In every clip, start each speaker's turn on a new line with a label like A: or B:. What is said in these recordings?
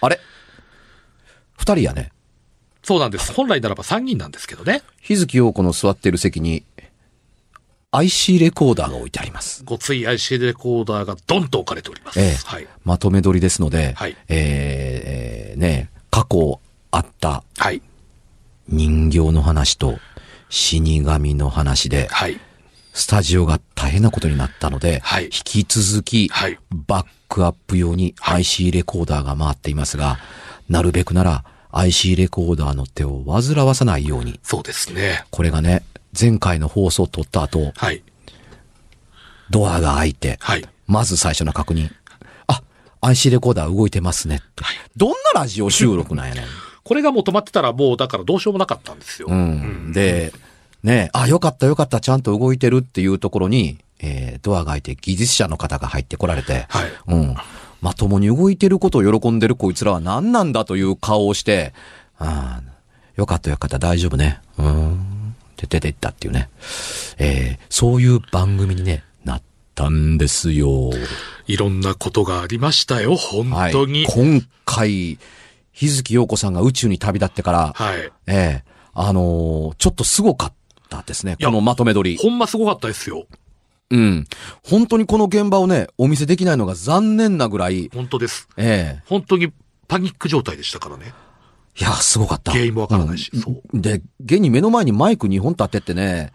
A: あれ二人やね。
B: そうなんです。本来ならば三人なんですけどね。
A: 日月陽子の座っている席に、IC レコーダーが置いてあります。
B: ごつい IC レコーダーがドンと置かれております。
A: ええ
B: はい。
A: まとめ撮りですので、
B: はい
A: えーえーね、過去あった
B: はい。
A: 人形の話と死神の話で、
B: はい。
A: スタジオが大変なことになったので、
B: はい
A: 引き続き、
B: はい
A: バックアップ用に IC レコーダーが回っていますが、なるべくなら IC レコーダーの手を煩わさないように、
B: そうですね。
A: これがね、前回の放送を撮った後、
B: はい。
A: ドアが開いて、
B: はい。
A: まず最初の確認。あ、IC レコーダー動いてますねって。どんなラジオ収録なんやねん。
B: これがもう止まってたらもうだからどうしようもなかったんですよ。
A: うん。で、ねあ、よかったよかった、ちゃんと動いてるっていうところに、えードアが開いて技術者の方が入ってこられて、
B: はい
A: うん。まともに動いてることを喜んでるこいつらは何なんだという顔をして、あーよかったよかった、大丈夫ね。うーん。って出て行ったっていうね。えーそういう番組にね、なったんですよ。
B: いろんなことがありましたよ、本
A: はい。
B: 当に。
A: 今回、日月陽子さんが宇宙に旅立ってから、
B: はい。
A: ええあのーちょっとすごかったですね。
B: いや
A: このまとめ撮り。
B: ほんますごかったですよ。
A: うん。本当にこの現場をね、お見せできないのが残念なぐらい、
B: 本当です。
A: ええ
B: 本当にパニック状態でしたからね。
A: いや、すごかった。
B: 原因もわからないし
A: うん
B: そう
A: で、現に目の前にマイク2本立ててね、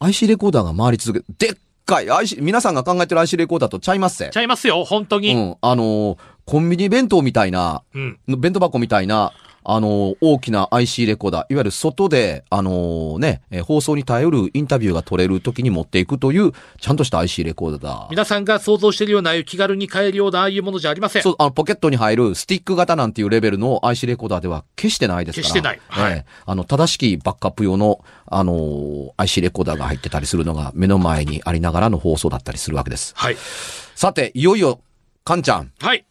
A: IC レコーダーが回り続け、でっかい IC、皆さんが考えてる IC レコーダーとちゃいますせ。
B: ちゃいますよ、本当
A: う
B: に。
A: ん。あのーコンビニ弁当みたいな、
B: うん。
A: 弁当箱みたいな、あの、大きな IC レコーダー、いわゆる外で、あのね、えー放送に耐えうるインタビューが取れる時に持っていくという、ちゃんとした IC レコーダー。
B: 皆さんが想像しているような、ああいう気軽に買えるような、ああいうものじゃありません。
A: そう、あの、ポケットに入るスティック型なんていうレベルの IC レコーダーでは決してないですから。
B: 決してないはい
A: ええあの、正しきバックアップ用の、あのー IC レコーダーが入ってたりするのが目の前にありながらの放送だったりするわけです。
B: はい。
A: さて、いよいよ、カンちゃん、
B: はい。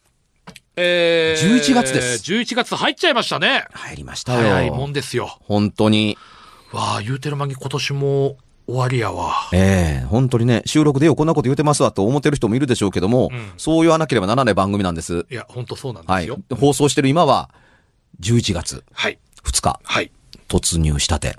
B: えー、
A: 11月です
B: 11月入っちゃいましたね。
A: 入りましたよ。
B: 早いもんですよ。
A: 本当に。
B: わあ、言うてる間に今年も終わりやわ。
A: ええ本当にね、収録でよ、こんなこと言うてますわと思ってる人もいるでしょうけども、
B: うん
A: そう言わなければならない番組なんです。
B: いや、本当そうなんで
A: は
B: す
A: い
B: よ。。
A: 放送してる今は、11月
B: はい。
A: 2日、
B: はい。
A: 突入したて。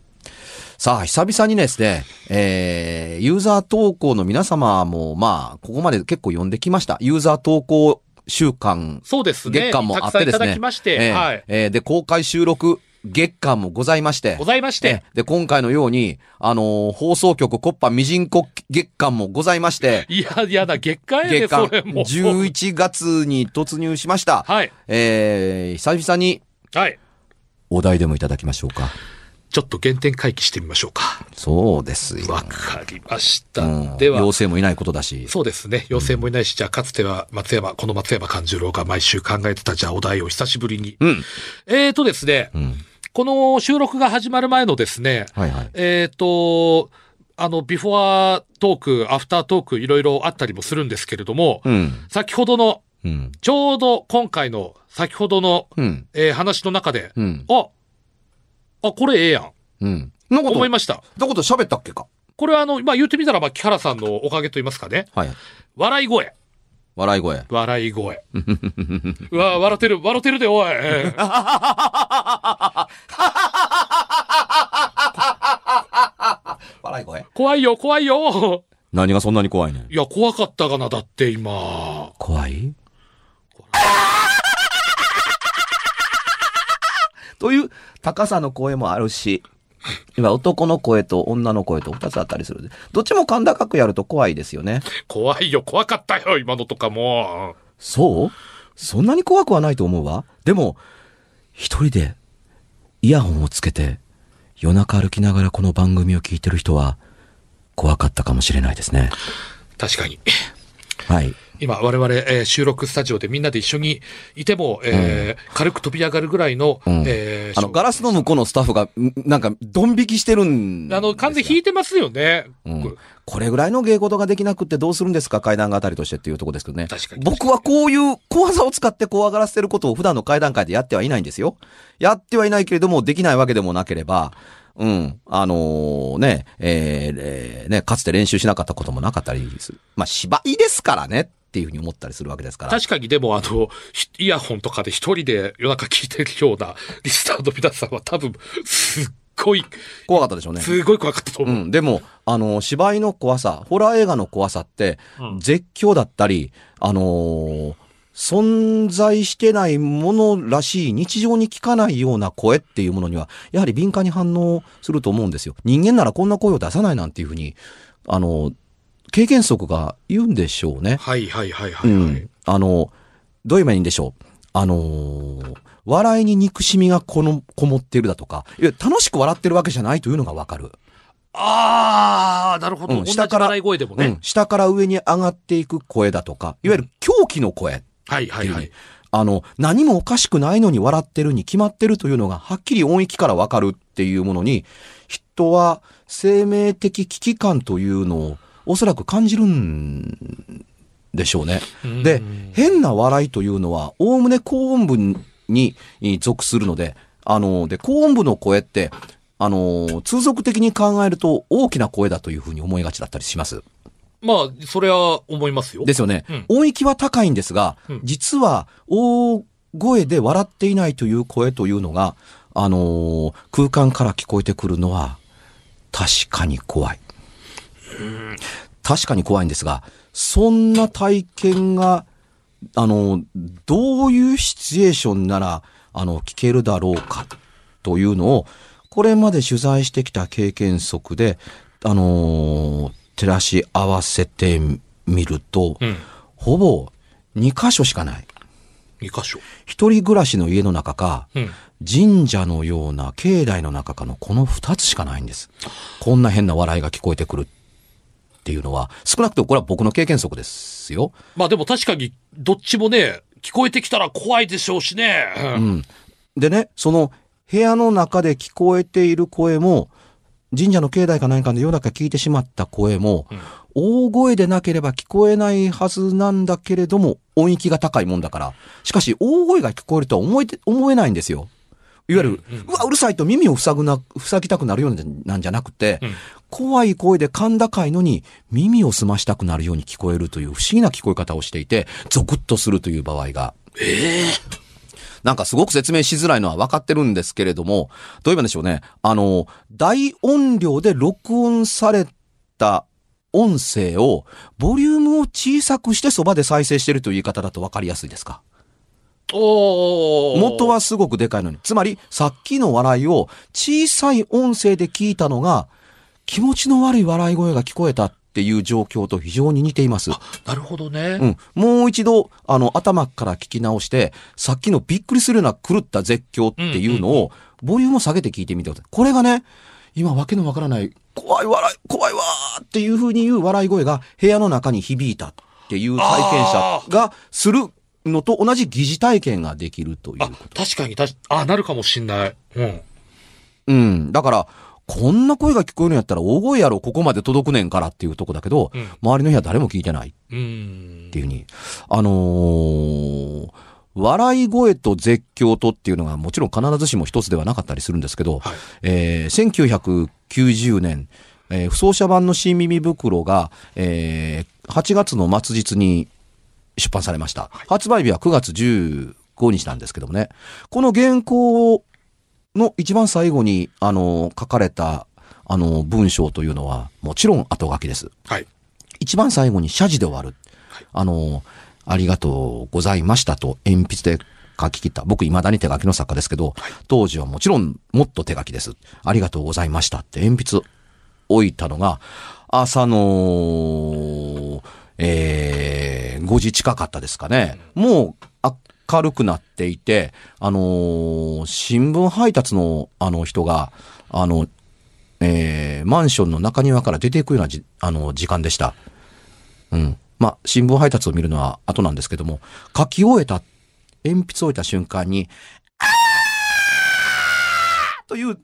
A: さあ、久々にですね、えー、ユーザー投稿の皆様も、まあ、ここまで結構呼んできました。ユーザー投稿週間、
B: そうですね。
A: 月間もあって
B: たくさ
A: で
B: んい
A: す
B: た
A: ね。
B: だきまして、
A: ええ
B: はい。
A: えーで、公開収録月間もございまして。
B: ございまして
A: え、えで、今回のように、あのー放送局コッパみじんこ月間もございまして、
B: いや、いやだ、月間やで、
A: 月間
B: それも。
A: 11月に突入しました。
B: はい。
A: えー、久々に
B: はい。
A: お題でもいただきましょうか。
B: ちょっと原点回帰してみましょうか。
A: そうですよ。
B: わかりました。
A: うん
B: では、
A: 妖精もいないことだし。
B: そうですね。妖精もいないし、じゃあ、かつては松山、この松山勘十郎が毎週考えてた、じゃあ、お題を久しぶりに。
A: うん。
B: えーとですね、
A: うん。
B: この収録が始まる前のですね、
A: はいはい。
B: えーと、あの、ビフォアトーク、アフタートーク、いろいろあったりもするんですけれども、
A: うん。
B: 先ほどの、
A: うん。
B: ちょうど今回の、先ほどの、
A: うん。
B: えー話の中で、
A: うん。
B: あ、あ、これええやん。
A: うん。のこと、
B: 思い
A: の
B: ました。
A: こと喋ったっけか
B: これはあの、まあ、言ってみたら、まあ、木原さんのおかげと言いますかね。
A: はい。
B: 笑い声。
A: 笑い声。
B: 笑 い声。うわ、笑ってる、笑ってるで、おい。ええ
A: 笑い声。
B: 怖いよ、怖いよ。
A: 何がそんなに怖いねん
B: いや、怖かったがな、だって今。
A: 怖い という高さの声もあるし、今男の声と女の声と二つあったりするんで。どっちも甲高くやると怖いですよね。
B: 怖いよ、怖かったよ、今のとかも。
A: そうそんなに怖くはないと思うわ。でも、一人でイヤホンをつけて夜中歩きながらこの番組を聞いてる人は怖かったかもしれないですね。
B: 確かに。
A: はい。
B: 今、我々、えー収録スタジオでみんなで一緒にいても、えー軽く飛び上がるぐらいの、
A: うん
B: えー
A: あの、ガラスの向こうのスタッフが、んなんか、ドン引きしてるんですよ。
B: あの、完全に引いてますよね。
A: うん、これぐらいの芸事ができなくってどうするんですか階段があたりとしてっていうとこですけどね。
B: 確かに
A: 僕はこういう小技を使って怖がらせてることを普段の階段階でやってはいないんですよ。やってはいないけれども、できないわけでもなければ、うん。あのーね、えーえーね、かつて練習しなかったこともなかったりする。まあ、芝居ですからねっっていうふうに思ったりするわけですから。
B: 確かにでもあの、ひイヤホンとかで一人で夜中聞いてるようなリスナーの皆さんは多分、すっごい、
A: 怖かったでしょうね。
B: すごい怖かったと
A: う
B: 思う。
A: ん、でも、あの、芝居の怖さ、ホラー映画の怖さって、
B: うん
A: 絶叫だったり、あのー存在してないものらしい日常に聞かないような声っていうものには、やはり敏感に反応すると思うんですよ。人間ならこんな声を出さないなんていうふうに、あのー経験則が言うんでしょうね。
B: はいはいはいはい、はい
A: うん。あのーどういう面でしょう。あのー笑いに憎しみがこの、こもってるだとか、いや、楽しく笑ってるわけじゃないというのがわかる。
B: あー、なるほど。
A: うん
B: 同じ
A: 下から
B: 笑い声でもね。
A: うん、下から上に上がっていく声だとか、いわゆる狂気の声って
B: はいはい
A: いう、
B: はい。
A: あの、何もおかしくないのに笑ってるに決まってるというのが、はっきり音域からわかるっていうものに、人は生命的危機感というのをおそらく感じるんでしょうね。
B: うん
A: で、変な笑いというのは、おおむね高音部に属するので、あの、で、高音部の声って、あの、通俗的に考えると大きな声だというふうに思いがちだったりします。
B: まあ、それは思いますよ。
A: ですよね。
B: うん
A: 音域は高いんですが、
B: うん
A: 実は大声で笑っていないという声というのが、あのー空間から聞こえてくるのは、確かに怖い。確かに怖いんですが、そんな体験が、あのーどういうシチュエーションなら、あの、聞けるだろうか、というのを、これまで取材してきた経験則で、あのー照らし合わせてみると、
B: うん。
A: ほぼ2箇所しかない。
B: 二箇所。
A: 一人暮らしの家の中か、
B: うん。
A: 神社のような境内の中かのこの2つしかないんです。こんな変な笑いが聞こえてくるっていうのは、少なくともこれは僕の経験則ですよ。
B: まあでも確かに、どっちもね、聞こえてきたら怖いでしょうしね。うん
A: うん。でね、その部屋の中で聞こえている声も、神社の境内か何かで夜中聞いてしまった声も、大声でなければ聞こえないはずなんだけれども、音域が高いもんだから。しかし、大声が聞こえるとは思えて、思えないんですよ。いわゆる、うわ、うるさいと耳を塞ぐな、塞ぎたくなるようなんじゃなんじゃなくて、
B: うん
A: 怖い声で甲高いのに耳を澄ましたくなるように聞こえるという不思議な聞こえ方をしていて、ゾクッとするという場合がなんかすごく説明しづらいのは分かってるんですけれども、どう言えばいいんでしょうね。あの、大音量で録音された音声を、ボリュームを小さくしてそばで再生してるという言い方だと分かりやすいですか。
B: おー
A: 元はすごくでかいのに。つまり、さっきの笑いを小さい音声で聞いたのが、気持ちの悪い笑い声が聞こえたっていう状況と非常に似ています。
B: なるほどね。
A: うん。もう一度、あの、頭から聞き直して、さっきのびっくりするような狂った絶叫っていうのを、ボリュームを下げて聞いてみてください。これがね、今、わけのわからない、怖い笑い、怖いわーっていう風に言う笑い声が部屋の中に響いたっていう体験者がするのと同じ疑似体験ができるという
B: あ。、確かに、たし、あ、なるかもしんない。うん。
A: うん。だから、こんな声が聞こえるんやったら大声やろ、ここまで届くねんからっていうとこだけど、
B: うん
A: 周りの部屋誰も聞いてない。
B: うん
A: っ。ていうふうに。あのー笑い声と絶叫とっていうのがもちろん必ずしも一つではなかったりするんですけど、
B: はい
A: えー1990年、えー、不走者版の新耳袋が、えー8月の末日に出版されました。発売日は9月15日なんですけどもね、この原稿の一番最後に、あのー書かれた、あのー文章というのは、もちろん後書きです。
B: はい。
A: 一番最後に謝辞で終わる
B: はい。
A: あの、ありがとうございましたと鉛筆で書き切った。僕未だに手書きの作家ですけど、当時はもちろんもっと手書きです。ありがとうございましたって鉛筆置いたのが、朝の、えー、5時近かったですかね。もう明るくなっていて、あのー新聞配達のあの人が、あの、えーマンションの中庭から出ていくようなじあの時間でした。うん。まあ、新聞配達を見るのは後なんですけども、書き終えた、鉛筆を置いた瞬間に、あーという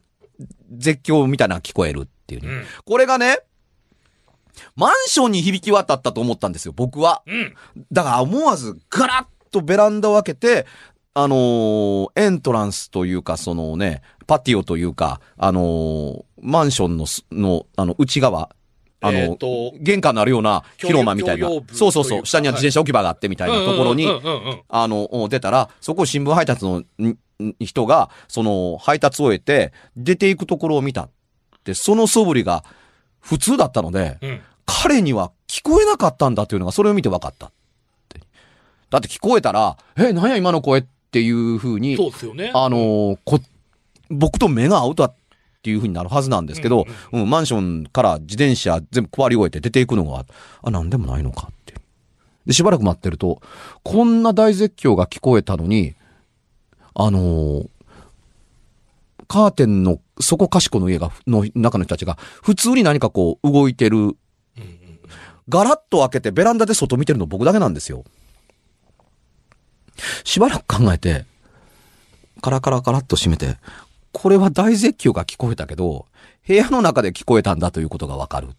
A: 絶叫みたいなのが聞こえるっていうね。
B: うん
A: これがね、マンションに響き渡ったと思ったんですよ、僕は。
B: うん。
A: だから思わずガラッとベランダを開けて、あのーエントランスというか、そのね、パティオというか、あのーマンションのす、の、あの、内側、あの、
B: えーと
A: 玄関のあるような広間みたいな
B: 共用共用部という。か
A: そうそうそう。下には自転車置き場があってみたいなところに、
B: うんうんうんうん
A: あの、出たら、そこを新聞配達のんん人が、その、配達を終えて、出ていくところを見た。で、その素振りが普通だったので、
B: うんうん。
A: 彼には聞こえなかったんだというのが、それを見て分かったってだって聞こえたら、え、なんや今の声っていうふうに、
B: そうですよね。
A: あのーこ、僕と目が合うとはっていうふうになるはずなんですけど、うんマンションから自転車全部配り終えて出ていくのが、あ、なんでもないのかって。で、しばらく待ってると、こんな大絶叫が聞こえたのに、あのーカーテンの、そこかしこの家が、の中の人たちが、普通に何かこう、動いてる。ガラッと開けて、ベランダで外見てるの僕だけなんですよ。しばらく考えて、カラカラカラっと閉めて、これは大絶叫が聞こえたけど、部屋の中で聞こえたんだということがわかる。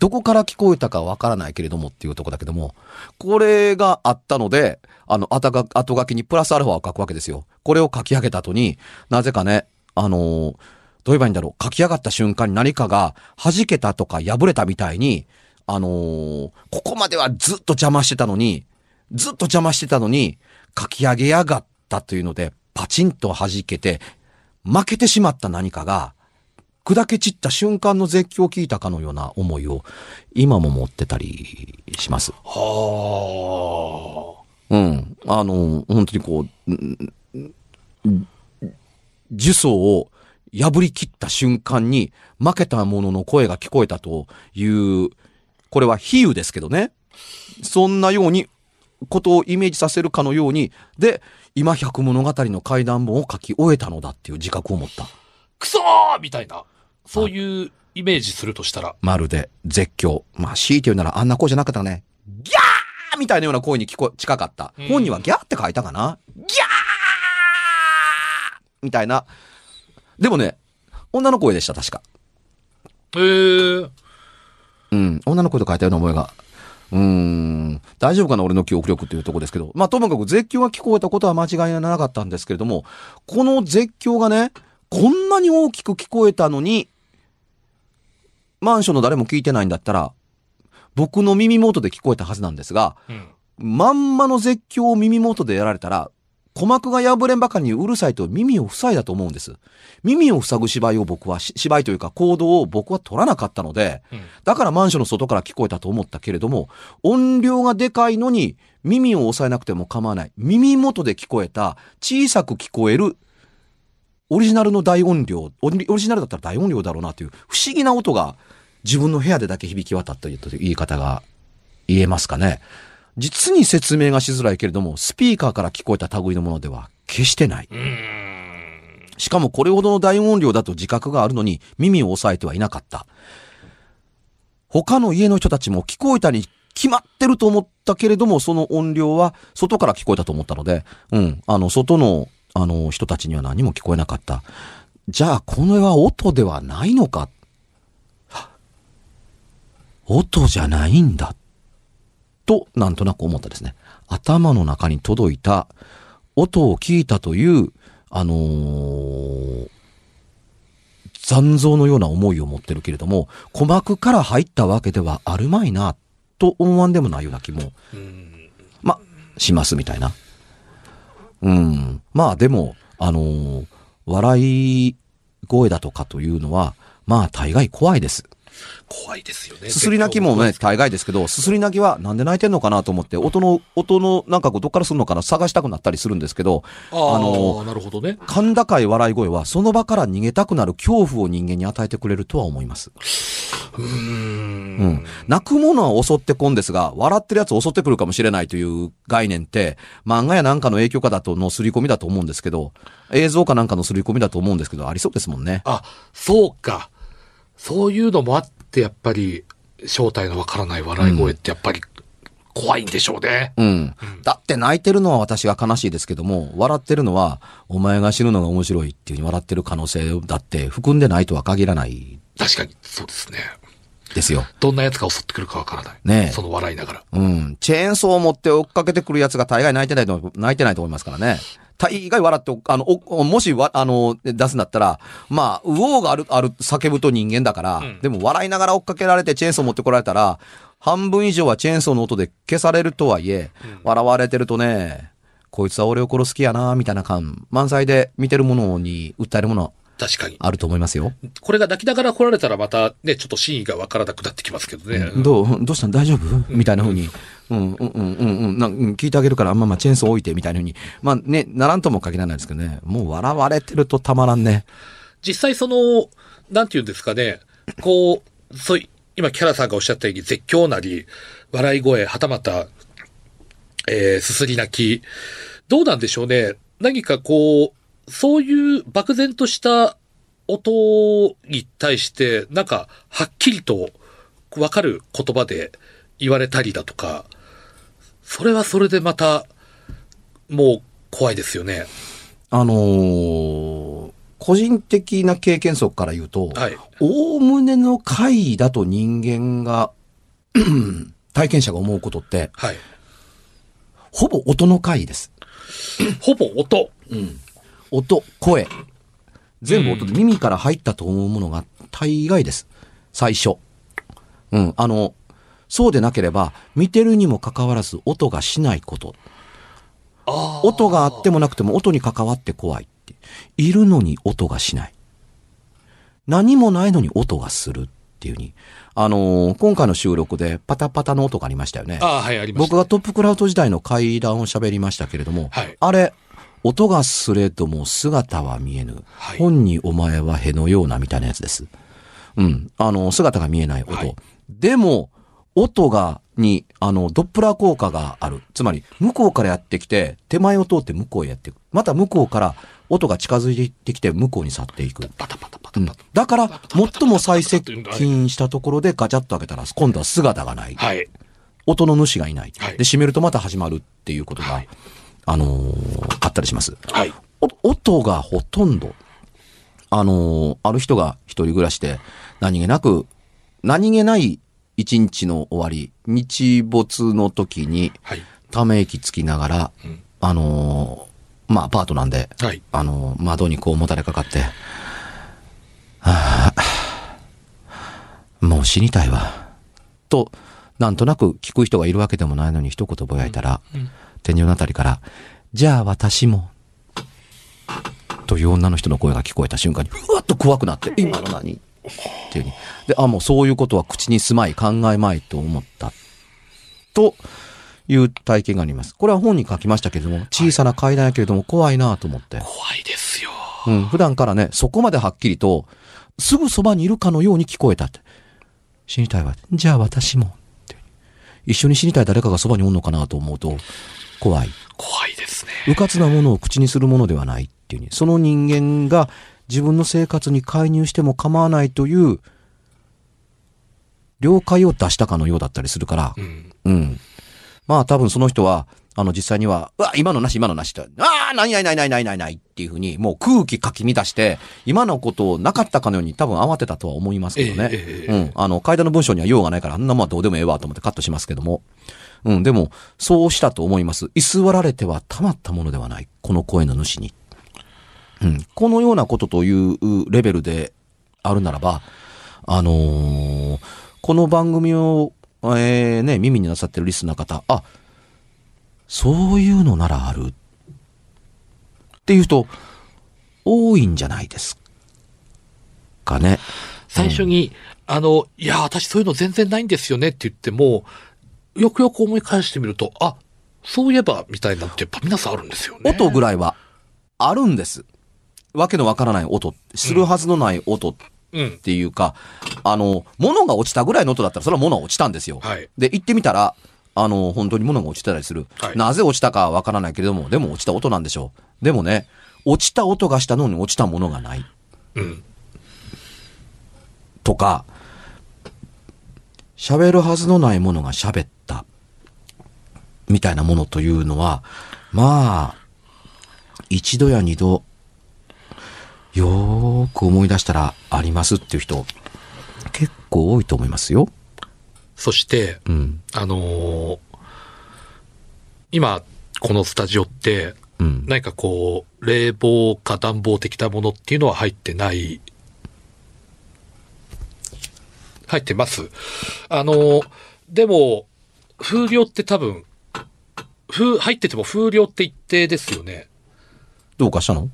A: どこから聞こえたかわからないけれどもっていうとこだけども、これがあったので、あの、あたが、後書きにプラスアルファを書くわけですよ。これを書き上げた後に、なぜかね、あのーどう言えばいいんだろう。書き上がった瞬間に何かが弾けたとか破れたみたいに、あのーここまではずっと邪魔してたのに、ずっと邪魔してたのに、書き上げやがったというので、パチンと弾けて、負けてしまった何かが、砕け散った瞬間の絶叫を聞いたかのような思いを、今も持ってたりします。
B: は
A: うん。あの、本当にこう、うん呪詛を破り切った瞬間に、負けた者の声が聞こえたという、これは比喩ですけどね。そんなように、ことをイメージさせるかのように、で、今百物語の怪談本を書き終えたのだっていう自覚を持った。
B: あ。くそーみたいな。そういうイメージするとしたら。
A: まるで絶叫。まあ、強いて言うならあんな声じゃなかったね。ギャーみたいなような声に聞こ近かった。
B: うん
A: 本にはギャーって書いたかなギャーみたいな。でもね、女の声でした、確か。
B: へー。
A: うん、女の声と書いたような思いが。うーん、大丈夫かな俺の記憶力っていうとこですけど。まあ、ともかく絶叫が聞こえたことは間違いなかったんですけれども、この絶叫がね、こんなに大きく聞こえたのに、マンションの誰も聞いてないんだったら、僕の耳元で聞こえたはずなんですが、
B: うん。
A: まんまの絶叫を耳元でやられたら、鼓膜が破れんばかりにうるさいと耳を塞いだと思うんです。耳を塞ぐ芝居を僕はし、芝居というか行動を僕は取らなかったので、
B: うん
A: だからマンションの外から聞こえたと思ったけれども、音量がでかいのに耳を押さえなくても構わない。耳元で聞こえた、小さく聞こえる、オリジナルの大音量、オリオリジナルだったら大音量だろうなという不思議な音が自分の部屋でだけ響き渡ったという言い方が言えますかね。実に説明がしづらいけれども、スピーカーから聞こえた類のものでは決してない。
B: うーん。
A: しかもこれほどの大音量だと自覚があるのに耳を押さえてはいなかった。他の家の人たちも聞こえたに決まってると思ったけれども、その音量は外から聞こえたと思ったので、うん、あの、外の、あの、人たちには何も聞こえなかった。じゃあ、これは音ではないのかは音じゃないんだ。と、なんとなく思ったですね。頭の中に届いた、音を聞いたという、あのー残像のような思いを持ってるけれども、鼓膜から入ったわけではあるまいな、と思わんでもないような気も、ま、しますみたいな。うん。まあでも、あのー笑い声だとかというのは、まあ大概怖いです。
B: 怖いですよね。
A: すすり泣きもね、大概ですけど、すすり泣きはなんで泣いてんのかなと思って、音の、音のなんかこうどっからするのかな探したくなったりするんですけど、
B: あー。あ
A: の
B: のなるほどね。
A: 甲高い笑い声はその場から逃げたくなる恐怖を人間に与えてくれるとは思います。
B: うーん。
A: うん。泣くものは襲ってこんですが、笑ってるやつ襲ってくるかもしれないという概念って、漫画やなんかの影響かだとの刷り込みだと思うんですけど、映像かなんかの刷り込みだと思うんですけど、ありそうですもんね。
B: あ、そうか。そういうのもあって、やっぱり、正体のわからない笑い声って、やっぱり、怖いんでしょうね。
A: うん。だって泣いてるのは私が悲しいですけども、笑ってるのは、お前が死ぬのが面白いっていうふうに笑ってる可能性だって含んでないとは限らない
B: 確かに、そうですね。
A: ですよ。
B: どんなやつが襲ってくるかわからない。
A: ねえ
B: その笑いながら。
A: うん。チェーンソーを持って追っかけてくるやつが大概泣いてないと、泣いてないと思いますからね。大概笑ってお、あの、おもしわ、あの、出すんだったら、まあ、右往がある、ある、叫ぶと人間だから、
B: うん
A: でも笑いながら追っかけられてチェーンソー持ってこられたら、半分以上はチェーンソーの音で消されるとはいえ、笑われてるとね、こいつは俺を殺す気やな、みたいな感、満載で見てるものに訴えるもの
B: 確かに。
A: あると思いますよ。
B: これが泣きながら来られたらまたね、ちょっと真意がわからなくなってきますけどね。
A: どうどうしたの大丈夫みたいな風に。うん、うん、うん、うんうん、なんうん聞いてあげるから、まあまあ、チェーンソー置いて、みたいな風に。まあね、ならんとも限らないですけどね。もう笑われてるとたまらんね。
B: 実際その、なんていうんですかね、こう、そうい、今キャラさんがおっしゃったように絶叫なり、笑い声、はたまた、えー、すすり泣き。どうなんでしょうね。何かこう、そういう漠然とした音に対して、なんか、はっきりとわかる言葉で言われたりだとか、それはそれでまた、もう怖いですよね。
A: あのー個人的な経験則から言うと、
B: はい。
A: おおむねの回だと人間が、 うん体験者が思うことって、
B: はい。
A: ほぼ音の回です。
B: ほぼ音。
A: 音、声。全部音で耳から入ったと思うものが大概です。最初。うん。あの、そうでなければ、見てるにもかかわらず音がしないこと。
B: あー
A: 音があってもなくても音に関わって怖いって。いるのに音がしない。何もないのに音がするっていうに。あのー今回の収録でパタパタの音がありましたよね。
B: ああ、はい、ありました。
A: 僕がトップクラウド時代の階段を喋りましたけれども、
B: はい
A: あれ、音がすれども姿は見えぬ。
B: はい
A: 本にお前はへのようなみたいなやつです。うん。あの、姿が見えない音。
B: はい
A: でも、音が、に、あの、ドップラー効果がある。つまり、向こうからやってきて、手前を通って向こうへやっていく。また向こうから音が近づいてきて、向こうに去っていく。
B: パタパタパ
A: う
B: タ
A: ん
B: パタ。
A: だから、最も最接近したところでガチャッと開けたら、今度は姿がない。
B: はい。
A: 音の主がいない。
B: はい
A: で、閉めるとまた始まるっていうことが、
B: はい
A: あのーあったりします。
B: はい。
A: お音がほとんど、あのーある人が一人暮らしで、何気なく、何気ない一日の終わり、日没の時に、
B: はい。
A: ため息つきながら、
B: うん
A: あのーまあ、アパートなんで、
B: はい。
A: あのー窓にこうもたれかかって、はあ、もう死にたいわ。と、なんとなく聞く人がいるわけでもないのに一言ぼやいたら、天井のあたりから、じゃあ私も、という女の人の声が聞こえた瞬間に、ふわっと怖くなって、今の何っていうに。で、あ、もうそういうことは口にすまい、考えまいと思った。という体験があります。これは本に書きましたけれども、小さな階段やけれども怖いなと思って。
B: 怖いですよ。
A: うん、普段からね、そこまではっきりと、すぐそばにいるかのように聞こえたって。死にたいわ。じゃあ私も。って一緒に死にたい誰かがそばにおんのかなと思うと、怖い。
B: 怖いですね。
A: うかつなものを口にするものではないっていうに、その人間が自分の生活に介入しても構わないという、了解を出したかのようだったりするから、
B: うん。
A: うん。まあ多分その人は、あの実際には、うわ、今のなし、今のなしと、ああ、ないないないないないないないっていうふうに、もう空気かき乱して、今のことをなかったかのように多分慌てたとは思いますけどね。
B: ええええええ
A: うん。あの、階段の文章には用がないから、あんなまあどうでもええわと思ってカットしますけども。うん、でも、そうしたと思います。居座られてはたまったものではない。この声の主に。うん。このようなことというレベルであるならば、あのーこの番組を、えーね、耳になさってるリスナーの方、あ、そういうのならある。っていう人、多いんじゃないですかね。
B: 最初に、あの、いや、私そういうの全然ないんですよねって言っても、よくよく思い返してみると、あ、そういえば、みたいなのってやっぱ皆さんあるんですよね。
A: 音ぐらいはあるんです。わけのわからない音、するはずのない音っ
B: うん。
A: ていうか、あの、物が落ちたぐらいの音だったら、それは物は落ちたんですよ。
B: はい
A: で、行ってみたら、あの、本当に物が落ちてたりする。
B: はい
A: なぜ落ちたかはわからないけれども、でも落ちた音なんでしょう。でもね、落ちた音がしたのに落ちたものがない。
B: うん。
A: とか、喋るはずのないものが喋った、みたいなものというのは、まあ、一度や二度、よーく思い出したらありますっていう人、結構多いと思いますよ。
B: そして、
A: うん。
B: あのー今、このスタジオって、
A: うん。
B: 何かこう、冷房か暖房的なものっていうのは入ってない。入ってます。あの、でも、風量って多分、風、入ってても風量って一定ですよね。
A: どうかしたの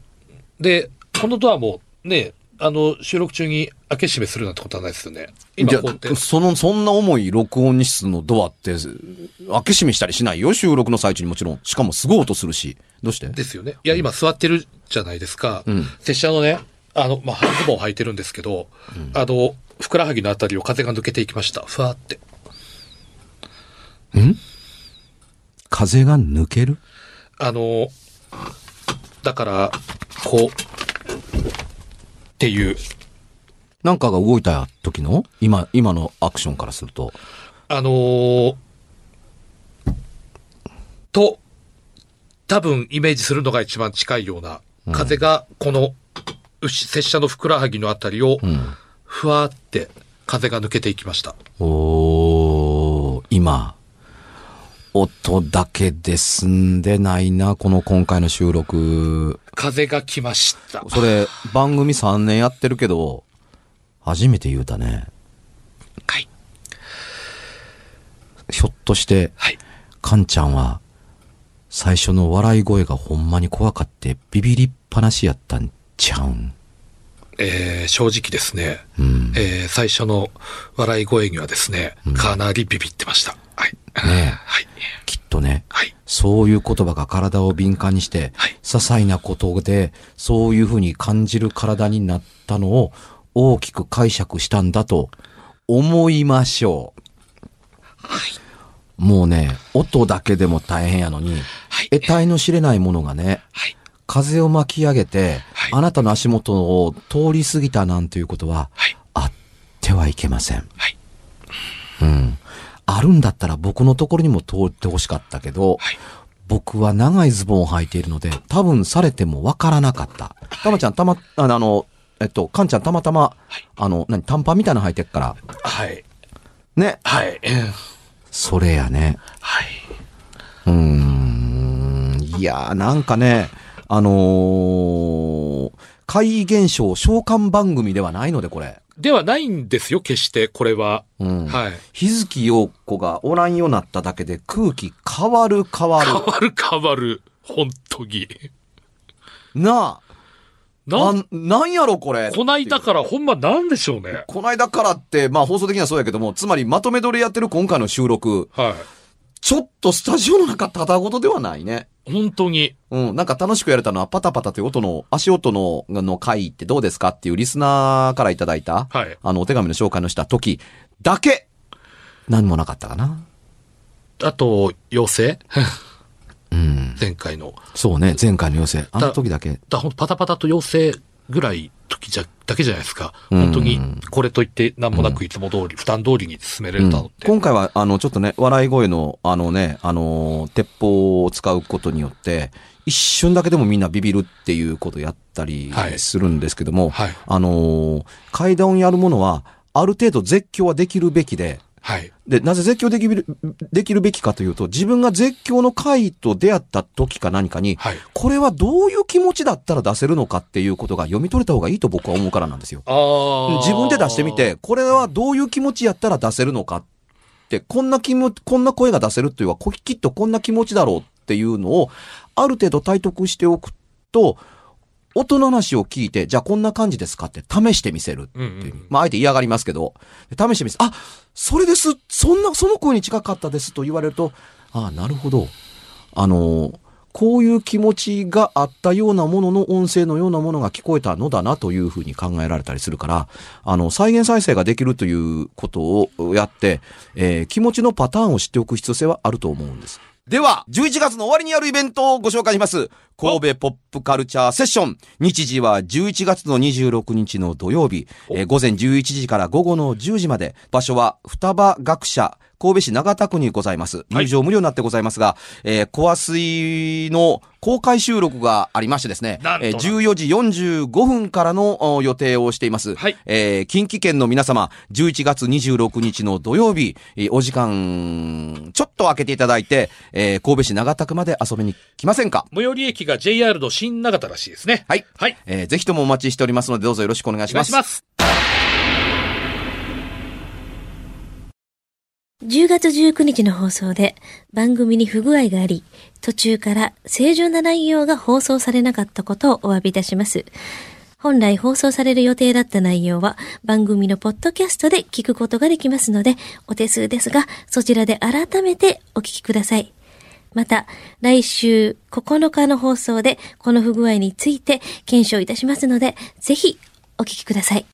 B: で、このドアもね、あの、収録中に開け閉めするなんてことはないですよね。
A: じ
B: 今
A: ゃ
B: こうやって
A: あ、。その、そんな重い録音室のドアって、開け閉めしたりしないよ。収録の最中にもちろん。しかもすごい音するし。どうして
B: ですよね。いや、今座ってるじゃないですか。
A: うん
B: 拙者のね、あの、まあ、半ズボン履いてるんですけど、あの、ふくらはぎのあたりを風が抜けていきました。ふわーって。
A: 風が抜ける
B: あの、だから、こう、っていう、
A: なんかが動いた時の今、今のアクションからすると。
B: あのーと、多分イメージするのが一番近いような、風がこの、牛拙者のふくらはぎのあたりを、ふわーって風が抜けていきました。
A: おー、今、音だけで済んでないな、この今回の収録。
B: 風が来ました。
A: それ、番組3年やってるけど、初めて言うたね。
B: はい。
A: ひょっとして、
B: はい。
A: カンちゃんは、最初の笑い声がほんまに怖かって、ビビりっぱなしやったんちゃうん。
B: えー正直ですね、
A: うん。ね
B: えー最初の笑い声にはですね、かなりビビってました。はい。
A: え、
B: はい。
A: きっとね、
B: はい。
A: そういう言葉が体を敏感にして、
B: はい
A: 些細なことで、そういうふうに感じる体になったのを、大きく解釈したんだと、思いましょう。もうね、音だけでも大変やのに、
B: はい。
A: 得体の知れないものがね、
B: はい。
A: 風を巻き上げて、
B: はい
A: あなたの足元を通り過ぎたなんていうことは、
B: はい。
A: あってはいけません。
B: はい。
A: うん。あるんだったら僕のところにも通ってほしかったけど、
B: はい。
A: 僕は長いズボンを履いているので、多分されてもわからなかった。たまちゃん、たま、あのあの、えっと、かんちゃんたまたま、あの、何、短パンみたいなの履いてっから。
B: はい。
A: ね。
B: はい。うん
A: それやね。
B: はい。
A: うーん。いやー、なんかね、あのー、怪異現象、召喚番組ではないので、これ。
B: ではないんですよ、決して、これは。
A: うん。
B: はい。
A: 日月陽子がおらんようになっただけで空気変わる変わ
B: 変
A: る。
B: わる変わる。本当に。
A: な
B: な
A: あ、
B: ん、
A: な、なんやろこれ。
B: こないだからほんまなんでしょうね。
A: こないだからって、まあ放送的にはそうやけども、つまりまとめ撮りやってる今回の収録、
B: は
A: ちょっとスタジオの中ただごとではないね。
B: い。本当に。
A: うん、なんか楽しくやれたのはパタパタという音の、足音の、の回ってどうですかっていうリスナーからいただいた、
B: はい
A: あの、お手紙の紹介のした時だけ、何もなかったかな。
B: あと、妖精
A: うん。
B: 前回の。
A: そうね、前回の要請。あの時だけ。
B: だほんとパタパタと妖精ぐらい時じゃ、だけじゃないですか。
A: うん
B: 本当に、これといって何もなくいつも通り、負担通りに進めれたのって。
A: 今回は、あの、ちょっとね、笑い声の、あのね、あのー鉄砲を使うことによって、一瞬だけでもみんなビビるっていうことをやったり
B: はい
A: するんですけども、
B: はい
A: あのー階段をやるものは、ある程度絶叫はできるべきで、
B: はい。
A: で、なぜ絶叫できる、できるべきかというと、自分が絶叫の回と出会った時か何かに、
B: はい。
A: これはどういう気持ちだったら出せるのかっていうことが読み取れた方がいいと僕は思うからなんですよ。
B: ああ。
A: 自分で出してみ。て、これはどういう気持ちやったら出せるのかって、こんな気も、こんな声が出せるっていうのは、こきっとこんな気持ちだろうっていうのを、ある程度体得しておくと、音の話を聞いて、じゃあこんな感じですかって試してみせるっていう。
B: うんうんうん
A: まあ、あえて嫌がりますけど、で試してみせ、あ、それです、そんな、その声に近かったですと言われると、ああ、なるほど。あのーこういう気持ちがあったようなものの音声のようなものが聞こえたのだなというふうに考えられたりするから、あの、再現再生ができるということをやって、えー気持ちのパターンを知っておく必要性はあると思うんです。では、11月の終わりにあるイベントをご紹介します。神戸ポップカルチャーセッション。日時は11月の26日の土曜日、えー午前11時から午後の10時まで。場所は双葉学舎神戸市長田区にございます。入場無料になってございますが、えー、コア水の公開収録がありましてですね
B: なん、と
A: えー14時45分からのお予定をしています。
B: はい
A: えー近畿圏の皆様、11月26日の土曜日、えーお時間、ちょっと空けていただいて、えー神戸市長田区まで遊びに来ませんか
B: 最寄り駅が JR の新長田らしいですね。
A: はい
B: はい。
A: えーぜひともお待ちしておりますので、どうぞよろしくお願い
B: お
A: し
B: 願
A: ま
B: い
A: す。
B: します。
C: 10月19日の放送で番組に不具合があり、途中から正常な内容が放送されなかったことをお詫びいたします。本来放送される予定だった内容は番組のポッドキャストで聞くことができますので、お手数ですが、そちらで改めてお聞きください。また、来週9日の放送でこの不具合について検証いたしますので、ぜひお聞きください。